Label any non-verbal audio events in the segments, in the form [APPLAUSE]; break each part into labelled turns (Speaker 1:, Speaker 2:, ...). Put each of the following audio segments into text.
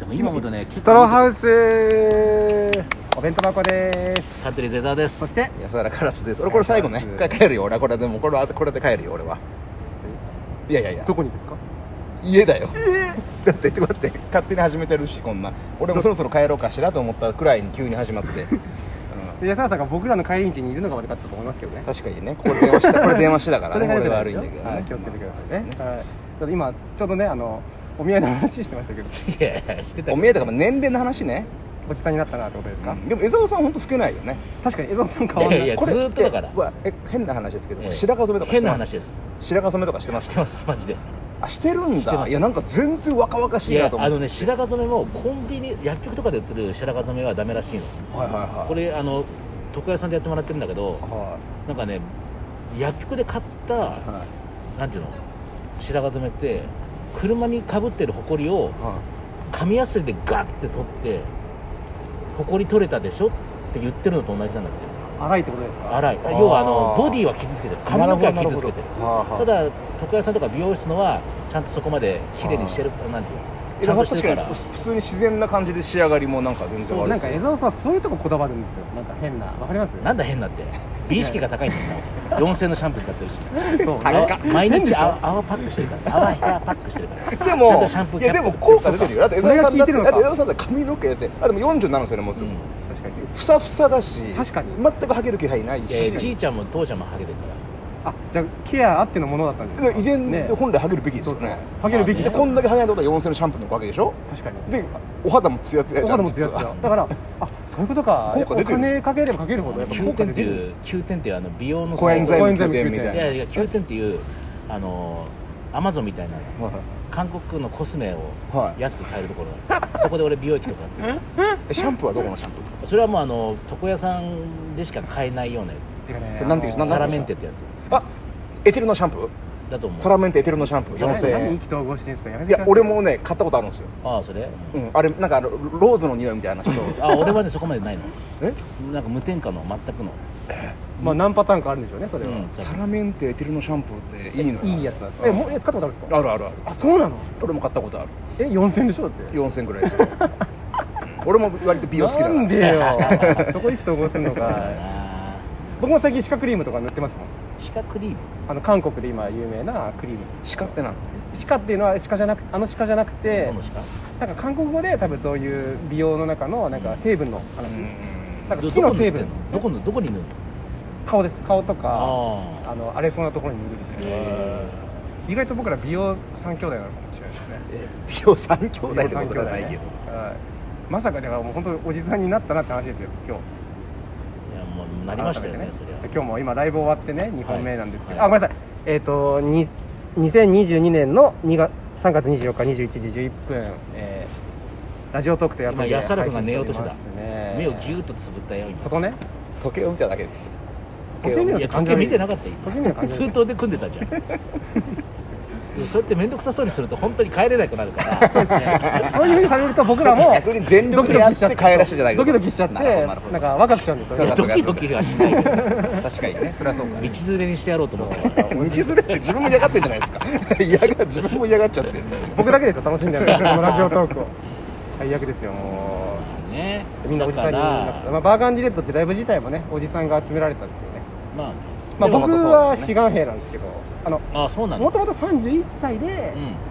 Speaker 1: でも今思うとね
Speaker 2: ストローハウスお弁当箱です
Speaker 1: サントリーゼザーです
Speaker 2: そして
Speaker 3: 安原カラスです俺これ最後ね
Speaker 2: カラス
Speaker 3: 帰るよ俺はこれでもこれはこれで帰るよ俺はいやいやいや
Speaker 2: どこにですか
Speaker 3: 家だよだって待って勝手に始めてるしこんな俺もそろそろ帰ろうかしらと思ったくらいに急に始まって、うん
Speaker 2: で安原さんが僕らの帰り道にいるのが悪かったと思いますけどね
Speaker 3: 確かにねこれ電話したこれ電話してだからね
Speaker 2: が
Speaker 3: 俺が
Speaker 2: 良くな
Speaker 3: 悪いんだけど
Speaker 2: は
Speaker 3: ね
Speaker 2: い気をつけてくださいね、はい、ちょっと今ちょうどねあのお見合いの話してましたけど [LAUGHS]
Speaker 1: いやいやしてたけど
Speaker 3: お見えだから年齢の話ね、
Speaker 2: おじさんになったなってことですか、
Speaker 3: でも江澤さん本当老けないよね
Speaker 2: 確かに江澤さん変わんない
Speaker 1: いやいや
Speaker 3: これ
Speaker 1: ずーっとだから
Speaker 3: えうわえ変な話ですけど、
Speaker 1: ええ
Speaker 3: 白髪染めとかして
Speaker 1: 変な
Speaker 3: ます
Speaker 1: 話です
Speaker 3: 白髪染めとかしてま
Speaker 1: し
Speaker 3: す
Speaker 1: てますマジで
Speaker 3: あしてるん
Speaker 1: してま
Speaker 3: だ
Speaker 1: す
Speaker 3: いやなんか全然若々し
Speaker 1: い
Speaker 3: いな
Speaker 1: や
Speaker 3: と思
Speaker 1: あ
Speaker 3: って
Speaker 1: のね白髪染めもコンビニ薬局とかで売ってる白髪染めはダメらしいの
Speaker 3: はいはいはい
Speaker 1: これあの床屋さんでやってもらってるんだけど
Speaker 3: は
Speaker 1: なんかね薬局で買った
Speaker 3: いはい
Speaker 1: なんていうの白髪染めって車にかぶってるほこりを
Speaker 3: は
Speaker 1: 紙やすりでガッて取ってほこり取れたでしょって言ってるのと同じなんだけど
Speaker 2: 荒いってことですか
Speaker 1: 荒い
Speaker 3: ー
Speaker 1: 要はあのボディは傷つけてる
Speaker 3: い
Speaker 1: 髪の毛は傷つけてる
Speaker 3: なほどはあはあ
Speaker 1: ただ床屋さんとか美容室のはちゃんとそこまで綺麗にしてるなんていうのちゃんとして
Speaker 3: 確
Speaker 1: る
Speaker 3: か
Speaker 1: か
Speaker 3: に
Speaker 1: ら
Speaker 3: 普通に自然な感じで仕上がりもなんか全然
Speaker 2: そう
Speaker 3: 悪い
Speaker 2: なんか江澤さんそういうとここだわるんですよなんか変なわかります
Speaker 1: なんだ変なって美意識が高いんだよな4000のシャンプー使ってるし
Speaker 2: そう
Speaker 3: 高っ
Speaker 1: 毎
Speaker 2: 変でし
Speaker 1: 日
Speaker 2: ょ
Speaker 1: 泡泡パックしてるから泡ヘアパックしてるから
Speaker 3: で
Speaker 1: ちゃん
Speaker 3: も
Speaker 1: とシャンプー
Speaker 3: い
Speaker 1: キャ
Speaker 3: や
Speaker 1: ップ
Speaker 3: でも効果出てるよだって江澤さん
Speaker 2: それが効
Speaker 3: だって
Speaker 2: いてるの
Speaker 3: だ
Speaker 2: か
Speaker 3: って江澤さんだって髪の毛ってあでも47なんですよねもうすぐ、
Speaker 1: うん
Speaker 2: 確かに
Speaker 3: ふさふさだし
Speaker 2: 確かに
Speaker 3: 全くハゲる気配ないし、
Speaker 1: えーじいちゃんも父ちゃんもハゲてるか
Speaker 2: あじゃあケアあってのものだったんじゃないですか
Speaker 3: 遺伝で
Speaker 2: ね
Speaker 3: 本来ハゲるべきですよね
Speaker 2: ハゲるべき
Speaker 1: ま
Speaker 3: で
Speaker 2: だ
Speaker 1: あ
Speaker 3: こんだけハゲないってことは4000のシャンプーのおかげでしょ
Speaker 2: 確かに
Speaker 3: でお肌もツヤツヤ
Speaker 2: お
Speaker 3: じゃん
Speaker 2: 金持ってるやつ
Speaker 3: 実は
Speaker 2: だだからあそういうことか
Speaker 3: 効果出てる
Speaker 2: お金かければかけるほどや
Speaker 1: ら
Speaker 2: っぱ
Speaker 1: 9
Speaker 2: 効果
Speaker 1: 点
Speaker 2: 出
Speaker 1: って
Speaker 2: てる
Speaker 1: いう9点っていうあの美容の
Speaker 3: コエンザイ
Speaker 2: コ
Speaker 3: ム
Speaker 2: エンザイム
Speaker 3: 宮殿みた
Speaker 1: い
Speaker 3: いな
Speaker 1: やいや9点っていうあのアマゾンみたいな
Speaker 3: はい
Speaker 1: 韓国のコスメを
Speaker 3: はい
Speaker 1: 安く買えるところがあるそこで俺美容液とかやってる
Speaker 3: えシャンプーはどこのシャンプーですか
Speaker 1: それはもうあの床屋さんでしか買えないようなや
Speaker 2: てかね
Speaker 3: それなんていう
Speaker 2: あ
Speaker 3: な
Speaker 1: つ
Speaker 3: ん
Speaker 2: の
Speaker 1: サラメンテってやつ
Speaker 3: あエテルのシャンプー
Speaker 1: だと思う
Speaker 3: サラメンテエテルのシャンプー
Speaker 1: やめ
Speaker 3: 4000
Speaker 2: 何
Speaker 3: 円
Speaker 2: 意気投合してんすかやめ
Speaker 3: い
Speaker 2: てくだ
Speaker 3: や
Speaker 2: さい
Speaker 3: 俺もね買ったことあるんですよ、
Speaker 1: ああそれ
Speaker 3: うん、あれなんかあのローズの匂いみたいなちょっと
Speaker 1: あ俺はねそこまでないの
Speaker 3: え
Speaker 1: なんか無添加の全くの
Speaker 2: まあ何パターンかあるんでしょうねそれは
Speaker 1: うん
Speaker 3: サラメンテエテルのシャンプーっていいのよ
Speaker 2: いいやつなんですか
Speaker 3: え
Speaker 2: え
Speaker 3: も
Speaker 2: もうえ使ったことあるんですか
Speaker 3: あるあるある
Speaker 2: あそうなの
Speaker 3: 俺も買ったことある
Speaker 2: え4000でしょだって
Speaker 3: 4000円ぐらいです
Speaker 2: [LAUGHS]
Speaker 3: よ俺も割と美容好きだから
Speaker 2: なんでよそこ意気投合するのか
Speaker 1: あ
Speaker 2: 僕も最近シカクリームとか塗ってますもん
Speaker 1: ーシカクリーム
Speaker 2: あの韓国で今有名なクリームです
Speaker 3: 鹿ってな
Speaker 2: シカっていうのはシカじゃなくあのシカじゃなくて
Speaker 1: どのシカ
Speaker 2: なんか韓国語で多分そういう美容の中のなんか成分の話、なんか
Speaker 1: ど
Speaker 2: 木
Speaker 1: どこ
Speaker 2: の
Speaker 1: に塗
Speaker 2: 成
Speaker 1: ってん
Speaker 2: 分
Speaker 1: のどこのどこに塗るの
Speaker 2: 顔です顔とか
Speaker 1: あ
Speaker 2: あの荒れそうなところに塗るみたいな、
Speaker 1: へ
Speaker 2: 意外と僕ら美容三兄弟なのかもしれないですね
Speaker 3: え美容三兄弟
Speaker 2: 美
Speaker 3: っ
Speaker 2: 容
Speaker 3: てこ
Speaker 2: 三兄
Speaker 3: とじゃ
Speaker 2: 弟
Speaker 3: ないけ
Speaker 2: ね
Speaker 3: ど、
Speaker 2: はいまさかだからもう本当におじさんになったなって話ですよ今日
Speaker 1: ーいやもうなりましたよね
Speaker 2: 改め
Speaker 1: そ
Speaker 2: て
Speaker 1: れは
Speaker 2: 今日も今ライブ終わってね2本目なんですけど、
Speaker 1: はい
Speaker 2: あごめんなさいえっ、とに2022年の2月3月24日21時11分、えーラジオトークとやっぱり
Speaker 1: 今安原君が寝ようとしてた目
Speaker 2: 目
Speaker 1: をギューッとつぶったよ今
Speaker 2: 外ね
Speaker 3: 時計を見ただけです
Speaker 2: 時計を見
Speaker 1: い
Speaker 2: ろ
Speaker 1: や関係見てなかったよ
Speaker 2: 時計見ろ
Speaker 1: 今 [LAUGHS] 通頭で組んでたじゃんそうやって面倒くさそうにすると本当に帰れなくなるからそうですね
Speaker 2: そういうふうにされると僕
Speaker 1: [LAUGHS]
Speaker 2: らも
Speaker 3: 逆に全
Speaker 2: ド
Speaker 3: 力
Speaker 2: キ
Speaker 3: で
Speaker 2: ド
Speaker 3: や
Speaker 2: キ
Speaker 3: っ
Speaker 2: しちゃって
Speaker 3: て帰らしてじゃないけ
Speaker 2: ド
Speaker 3: ど
Speaker 2: キドキしちゃって
Speaker 3: なるほどなるほど
Speaker 2: なんか若くしちゃうんですよ
Speaker 3: そうだ
Speaker 2: ね
Speaker 1: ドキドキはしないけど
Speaker 3: 確かにねそれ
Speaker 2: [LAUGHS]
Speaker 3: はそうか
Speaker 1: 道連れにしてやろうと思ってた
Speaker 3: 道連れって自分も嫌がってんじゃないで
Speaker 2: [LAUGHS]
Speaker 3: すか嫌が自分も嫌がっちゃって
Speaker 2: 僕だけですよ楽しんでるのこのラジオトークを [LAUGHS] 最悪ですよも
Speaker 1: ね
Speaker 2: うみんなおじさんに
Speaker 1: だ
Speaker 2: なった
Speaker 1: から
Speaker 2: まあ、バーガンディレッドってライブ自体もねおじさんが集められたっていうね、
Speaker 1: まあ
Speaker 2: まあ、
Speaker 3: でも
Speaker 2: 僕
Speaker 3: 本当そう
Speaker 2: は
Speaker 3: ですね
Speaker 2: 志願兵なんですけどあの
Speaker 1: ああそうなんだ
Speaker 2: もともと31歳で、
Speaker 1: うん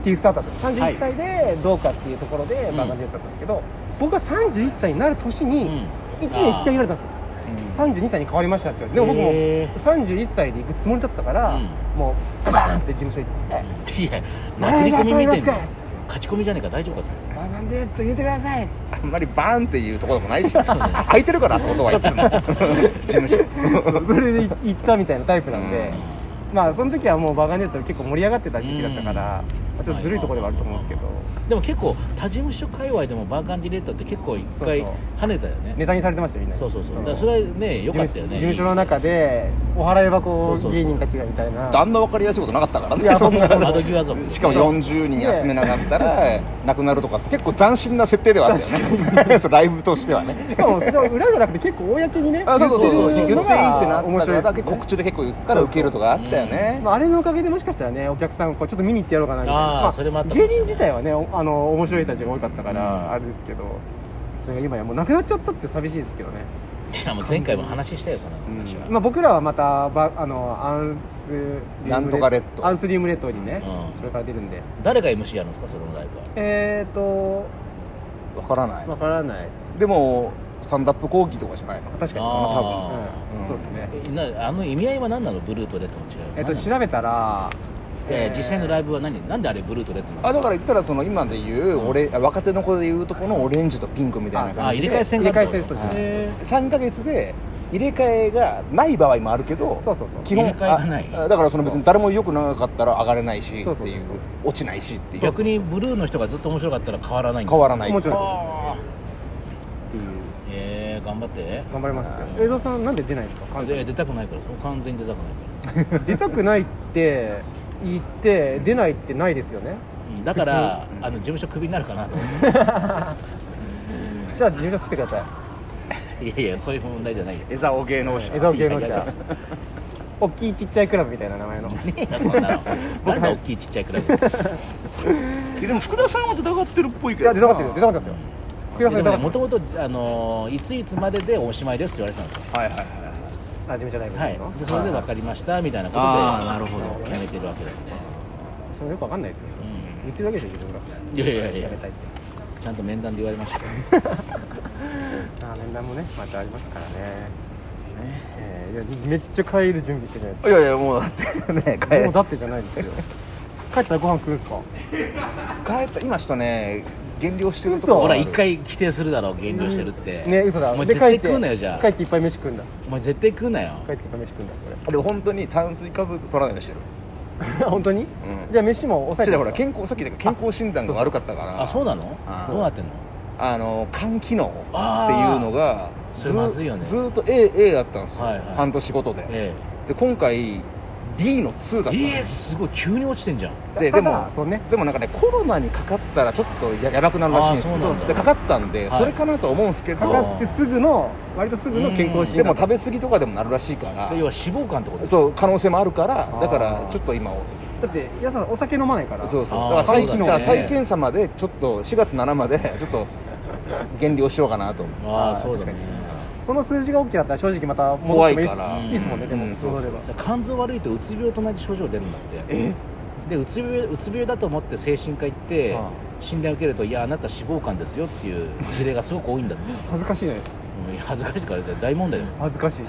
Speaker 2: ティースタートだったんです
Speaker 1: はい
Speaker 2: 31歳でどうかっていうところで
Speaker 1: ん
Speaker 2: バーガンディレッドだったんですけど、僕が31歳になる年
Speaker 1: う
Speaker 2: に
Speaker 1: ん
Speaker 2: 1年引き上げられたんですよ、32歳に変わりましたって言われてでも僕も
Speaker 1: へー
Speaker 2: 31歳で行くつもりだったから、
Speaker 1: うん
Speaker 2: もうバーンって事務所行って
Speaker 1: いや
Speaker 2: 「マ
Speaker 1: 殴
Speaker 2: ネ
Speaker 1: り
Speaker 2: ージ
Speaker 1: 込
Speaker 2: ャーさん
Speaker 1: み
Speaker 2: い
Speaker 1: み
Speaker 2: ま
Speaker 1: たい
Speaker 2: す
Speaker 1: な
Speaker 2: か?」つって
Speaker 1: 勝ち込みじゃねえか大丈夫かそれ
Speaker 2: 「バーガンディレッド入れてください」つって
Speaker 3: あんまりバーンっていうところでもないし空いてるからってことはいつも [LAUGHS] 事務所
Speaker 2: それで行ったみたいなタイプなんで、まあその時はもうバカネット結構盛り上がってた時期だったから、まあちょっとずるいところではあると思うんですけど、
Speaker 1: でも結構他事務所界隈でもバーガンディレッターって結構一回
Speaker 2: そう
Speaker 1: 跳ねたよね
Speaker 2: ネタにされてましたよみんなに
Speaker 1: そうそうそうだ
Speaker 2: の
Speaker 1: からそれはね良かったよね
Speaker 2: 事務所の中でお払い箱
Speaker 1: そうそうそう
Speaker 2: 芸人たちがみたいな
Speaker 3: あんな分かりやすいことなかったからね
Speaker 2: いや
Speaker 3: そんな
Speaker 1: 窓際族
Speaker 3: しかも40人集めなかったら亡くなるとかって結構斬新な設定ではあったよね [LAUGHS] そうライブとしてはね
Speaker 2: [LAUGHS] しかもそれは裏じゃなくて結構公にね
Speaker 3: あそうそうそうそう
Speaker 2: 言
Speaker 3: 言っていい
Speaker 2: っ
Speaker 3: ってて
Speaker 2: る
Speaker 3: な
Speaker 2: の
Speaker 3: った
Speaker 2: が面
Speaker 3: か
Speaker 2: 白い
Speaker 3: ら
Speaker 2: ですよ
Speaker 3: だけ
Speaker 2: ね
Speaker 3: 告知で結構言ったらウケるとかあってよね
Speaker 2: まあ、あれのおかげでもしかしたらねお客さんこうちょっと見に行ってやろうかなみたいな
Speaker 1: あー
Speaker 2: ま
Speaker 1: それもあったかもし
Speaker 2: 芸
Speaker 1: れない
Speaker 2: 人自体はねおあの面白い人たちが多かったか
Speaker 3: うん
Speaker 2: らあれですけどそれが今やもうなくなっちゃったって寂しいですけどね、
Speaker 1: いやもう前回も話したよその話は、
Speaker 2: まあ、僕らはまたばあのアンスリウムレ
Speaker 3: なんとかレッド
Speaker 2: アンスリウムレッドにね、
Speaker 1: うん
Speaker 2: これから出るんで
Speaker 1: 誰が MC やるんですかそのライブは
Speaker 2: えーと
Speaker 3: わからない
Speaker 2: わからない
Speaker 3: でもスタンダップ講義とかじゃないの
Speaker 2: 確かに
Speaker 1: あー
Speaker 2: うん
Speaker 3: うん
Speaker 2: そうですね
Speaker 1: えなあの意味合いは何なのブルーとレッドの違いは
Speaker 2: えっと
Speaker 1: 何なの
Speaker 2: 調べたら
Speaker 1: えー実際のラ
Speaker 2: イ
Speaker 1: イブは何なんであれブルーとレッドなの
Speaker 3: あだから言ったらその今でいう、
Speaker 1: うん
Speaker 3: 俺若手の子でいうとこのオレンジとピンクみたいな
Speaker 2: あ
Speaker 1: あ
Speaker 3: 感じ
Speaker 1: 入
Speaker 3: で
Speaker 1: れ替え戦があるってこと
Speaker 2: 入れ替え戦そう
Speaker 1: はい
Speaker 2: で
Speaker 3: 3か月で入れ替えがない場合もあるけど
Speaker 2: ブそうそうそう
Speaker 3: 基本
Speaker 1: 入れ替えがない
Speaker 3: あだからその別に誰も良くなかったら上がれないしっていう
Speaker 2: そうそうそうそう
Speaker 3: 落ちないしっていう
Speaker 1: 逆にブルーの人がずっと面白かったら変わらないんだ
Speaker 3: 変わらない
Speaker 2: もちろんです
Speaker 1: あ
Speaker 2: っていう
Speaker 1: ーえー、頑張って
Speaker 2: 頑張りますよ
Speaker 1: あー
Speaker 2: 映像さんなんで出ないんですか
Speaker 1: で出たくないからそう完全に出たくないか
Speaker 2: 出たくないって言って出ないってないですよね
Speaker 1: ら、うんだから、
Speaker 3: 普通うん
Speaker 1: あの事務所クビになるかなと思っ
Speaker 2: じゃあ事務所作ってくださ
Speaker 1: て [LAUGHS] いやいやそういう問題じゃ
Speaker 3: [LAUGHS]
Speaker 1: ないよ
Speaker 3: 江沢芸能者
Speaker 2: い江沢芸能
Speaker 1: いやい
Speaker 2: 者大きいちっちゃいクラブみたいな名前の
Speaker 1: ねえよそんなの
Speaker 2: 僕
Speaker 1: なんで大きいちっちゃいクラブで
Speaker 3: えでも福田さんは出たがってるっぽい
Speaker 2: い
Speaker 3: けど
Speaker 2: や出たかったよ出たかったですよ福田さん出たか
Speaker 1: も
Speaker 2: っ
Speaker 1: ね
Speaker 2: た
Speaker 1: もともとあのいついつまででおしまいですって言われてたんですよ
Speaker 3: はいはいはい
Speaker 2: あ事務所ライブ
Speaker 1: はい
Speaker 2: の
Speaker 1: でそれで分かりましたみたいなこ
Speaker 3: あーなるほ
Speaker 1: とでやめてるわけなんで、
Speaker 2: それよくわかんないですよ
Speaker 1: うん
Speaker 2: 言ってるだけでしょ自分が
Speaker 1: いやいやいや
Speaker 2: やめたいって
Speaker 1: ちゃんと面談で言われましたよ
Speaker 2: あー面談もねまたありますからねえーいやめっちゃ帰る準備してるじゃないです
Speaker 3: いやいやもうだ [LAUGHS] ってね帰
Speaker 2: かもうだってじゃないですよ帰ったらご飯食うんですか
Speaker 3: 帰った今ちょっとね減量してるとこ
Speaker 2: 嘘
Speaker 3: ろ
Speaker 1: ほ
Speaker 3: が
Speaker 1: ら
Speaker 3: ある
Speaker 1: 一回否定するだろう減量してるって
Speaker 2: ね嘘だ
Speaker 1: お前
Speaker 2: で
Speaker 1: 絶
Speaker 2: 帰っ
Speaker 1: 対
Speaker 2: て
Speaker 1: 食うなよじゃ
Speaker 2: 帰っ
Speaker 1: あ
Speaker 2: ていっぱい飯食うんだ
Speaker 1: お前絶対食うなよ
Speaker 2: 帰っていっぱい飯食うんだこれ
Speaker 3: でも本当に炭水化物取らないようにして
Speaker 2: [LAUGHS]
Speaker 3: る、
Speaker 2: 本当に
Speaker 3: うん、
Speaker 2: じゃあ飯も抑え
Speaker 3: ち
Speaker 2: て
Speaker 3: ょっと
Speaker 2: ま
Speaker 3: ほ
Speaker 2: す
Speaker 3: ら
Speaker 2: か
Speaker 3: 健康さっきだから健康診断が悪かったから
Speaker 1: あそうなの
Speaker 3: あー
Speaker 1: どうなってんの
Speaker 3: あの肝機能って
Speaker 1: あー
Speaker 3: いうのが
Speaker 1: それまずいよね
Speaker 3: ずずーっと A, A だったんですよ、
Speaker 1: はいはい
Speaker 3: 半年ごとで、
Speaker 1: え
Speaker 3: で今回 D の2だったん
Speaker 1: ええ
Speaker 3: で
Speaker 1: ー、
Speaker 3: す、
Speaker 1: すごい急に落ちてんじゃん
Speaker 3: で
Speaker 2: た
Speaker 3: で
Speaker 2: だ
Speaker 3: も
Speaker 2: そうね
Speaker 3: でもなんかねコロナにかかったらちょっとややばくなるらしいんです
Speaker 1: あーそうな
Speaker 3: よ
Speaker 1: んだ
Speaker 3: でかかったんで、
Speaker 1: はい
Speaker 3: それかなとは思うんですけ
Speaker 2: か
Speaker 3: ど
Speaker 2: かってすぐの割とすぐの健康
Speaker 1: あー
Speaker 2: 診
Speaker 3: でも
Speaker 2: 断
Speaker 3: 食べ過ぎとかでもなるらしいか
Speaker 1: 要
Speaker 3: ら
Speaker 1: は脂肪肝ってことう
Speaker 3: そう可能性もあるからだか
Speaker 2: あ
Speaker 3: ら
Speaker 2: ー
Speaker 3: ちょっと今
Speaker 2: だって皆さんお酒飲まないから
Speaker 3: そうそう
Speaker 1: あー
Speaker 3: だから再
Speaker 1: そうだ
Speaker 3: だ
Speaker 1: ね
Speaker 3: から再検査までちょっと4月7までちょっと減量しようかなと
Speaker 1: ああ
Speaker 2: あー
Speaker 1: そうだね
Speaker 2: その数字が大きだったら正直また戻っ
Speaker 3: 怖
Speaker 2: て
Speaker 3: い
Speaker 2: もいい
Speaker 3: か
Speaker 1: う
Speaker 3: ら
Speaker 1: ん
Speaker 2: いいですもんねで
Speaker 3: うん
Speaker 2: も
Speaker 3: そう
Speaker 2: 戻
Speaker 3: そ
Speaker 2: れ
Speaker 3: う
Speaker 2: ば
Speaker 1: だから肝臓悪いとうつ病と同じ症状出るんだって
Speaker 2: え
Speaker 1: でうつ病うつ病だと思って精神科行って診断受けるといやあなた脂肪肝ですよっていう事例がすごく多いんだって
Speaker 2: 恥ずかしいじゃないですか
Speaker 1: うん恥ずかしいから大問題だよ
Speaker 2: 恥ずかしい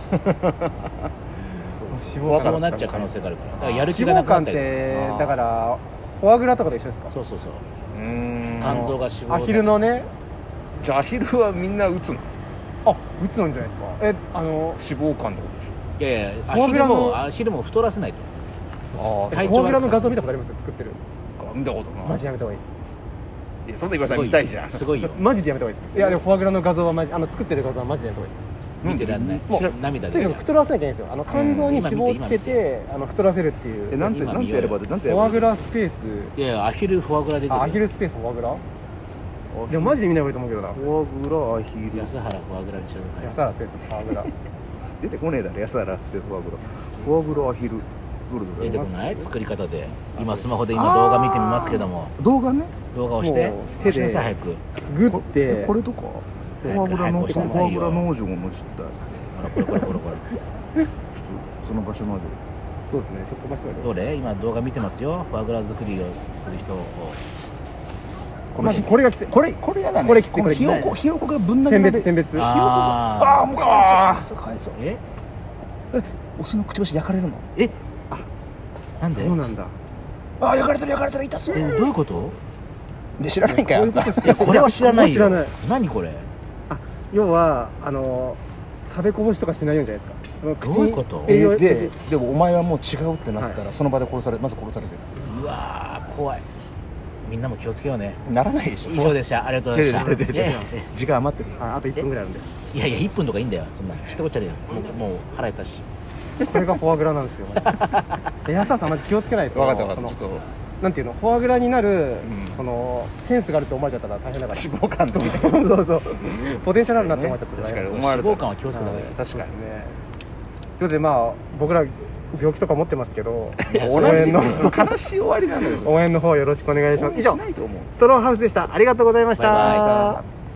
Speaker 2: 脂肪
Speaker 1: そう
Speaker 2: 肝
Speaker 1: なっちゃう可能性があるからだからやる気が
Speaker 2: 脂
Speaker 1: なくなっ
Speaker 2: 肪肝っ
Speaker 1: たり
Speaker 2: て
Speaker 3: あー
Speaker 2: だからフォアグラとかと一緒ですか
Speaker 1: そうそうそう
Speaker 3: うーん
Speaker 1: 肝臓が脂肪だ
Speaker 2: アヒルのね
Speaker 3: じゃあアヒルはみんな打つの
Speaker 2: あ打つなんじゃないですかえあの
Speaker 3: 脂肪肝ってことでし
Speaker 1: いやいやア
Speaker 2: フォア
Speaker 1: ヒ
Speaker 2: グ
Speaker 1: ル
Speaker 2: ラの
Speaker 1: もアヒルも太らせないと
Speaker 3: ょ
Speaker 2: フ
Speaker 1: 体調悪く
Speaker 2: ォアグラの画像見たことあります作ってる
Speaker 3: ああ見たことない
Speaker 2: マジやめた方がいい
Speaker 3: いやそんな今さ見たいじゃん
Speaker 1: すごいよ
Speaker 2: マジでやめた方がいいですいやでもフォアグラの画像はマジあの作ってる画像はマジでやめた方がいいです
Speaker 1: 見てらんない
Speaker 2: もう
Speaker 1: 知ら涙
Speaker 2: と
Speaker 1: 出ち
Speaker 2: に
Speaker 1: ゃ
Speaker 2: か
Speaker 1: う
Speaker 2: く太らせなきゃいけないんですよあの肝臓に脂肪をつけて、あの太らせるっていう
Speaker 1: なんて今見ようよなんてやれば
Speaker 3: でなん
Speaker 2: フォアグラスペース
Speaker 1: いやいやアヒルフォアグラ出てる
Speaker 2: あアヒルスペースフォアグラでもマジで見ない方がいいと思うけどな
Speaker 3: ォアグラアヒ
Speaker 1: 安原フォアグラにしてくだ
Speaker 2: 安
Speaker 1: さ
Speaker 2: 原スペースフォアグラ
Speaker 3: 出てこねえだろ安原スペースフォアグラフォアグラアヒルどれ
Speaker 1: い出てこない作り方で今スマホで今動画見てみますけども
Speaker 3: 動画ね
Speaker 1: 動画をして
Speaker 2: もう
Speaker 1: 手
Speaker 2: 手
Speaker 1: で
Speaker 2: で
Speaker 1: さい早く
Speaker 2: グッて
Speaker 3: れとかフ
Speaker 1: ォアグラのフォアグラ農
Speaker 3: 場の実態
Speaker 1: ほらこれこれこれこれ
Speaker 3: ちょっとその場所まで
Speaker 2: そうですねちょっと飛ばしてもら
Speaker 1: どれ今動画見てますよフォアグラ作りをする人を
Speaker 2: まずこれがきつい
Speaker 3: これこれやだね
Speaker 2: これきつい
Speaker 3: の
Speaker 2: これきつ
Speaker 3: ひ
Speaker 2: い
Speaker 3: よこひよこがぶん投げ
Speaker 2: 選
Speaker 3: られ
Speaker 2: 別選別
Speaker 1: あ
Speaker 2: あ
Speaker 3: ああもうかわいそうかわいそう
Speaker 1: え
Speaker 3: オスのくちばし焼かれるの
Speaker 1: えあなんで
Speaker 2: そうなんだ
Speaker 3: ああ焼かれてる焼かれてる痛そう
Speaker 1: えどういうこと
Speaker 3: で知らないんかよあんた
Speaker 1: いやこれは知らないよ
Speaker 2: これは知
Speaker 1: 何これ
Speaker 2: 要はあの食べこぼしとかしないようにじゃないですかあの口に
Speaker 1: どういうこと
Speaker 2: 栄
Speaker 3: え
Speaker 2: 養
Speaker 3: ーででもお前はもう違うってなったら、
Speaker 2: は
Speaker 3: その場で殺されまず殺されて
Speaker 1: うわー怖いみんなも気をつけようね
Speaker 3: るならないでしょ
Speaker 1: 以上でしたありがとうございました
Speaker 3: 違う違う違う違う
Speaker 1: いやいや
Speaker 3: 時間余ってる
Speaker 2: ああと1分ぐらいあるんで
Speaker 1: いやいや1分とかいいんだよそんな知ったこっちゃねえよもうもう腹減ったし
Speaker 2: これがフォアグラなんですよマジで安原さんマジ気をつけないと
Speaker 3: 分かった分
Speaker 2: そ
Speaker 3: か
Speaker 2: の
Speaker 3: ったちょっと
Speaker 2: なんていうのフォアグラになる、
Speaker 3: ん
Speaker 2: そのセンスがあると思われちゃったら大変だから
Speaker 3: 脂肪肝
Speaker 2: そ
Speaker 3: と
Speaker 2: う
Speaker 3: か
Speaker 2: [LAUGHS]
Speaker 3: [LAUGHS]
Speaker 2: そうそうポテンシャルあるなって思っちゃった
Speaker 3: 確かに
Speaker 1: 脂
Speaker 3: 思われた
Speaker 1: 肪肝は気をつけた方がいい
Speaker 3: 確かに
Speaker 2: そうですねということでまあ僕ら病気とか持ってますけど
Speaker 3: いや
Speaker 1: そ
Speaker 3: 同
Speaker 1: れ
Speaker 3: じ
Speaker 2: の
Speaker 3: [LAUGHS] 悲しい終わりなんだよそれ
Speaker 2: 応援の方よろしくお願いします
Speaker 3: 応援
Speaker 2: 以
Speaker 3: し
Speaker 2: 上
Speaker 3: ないと思う
Speaker 2: ストローハウスでしたありがとうございました
Speaker 1: バイバイ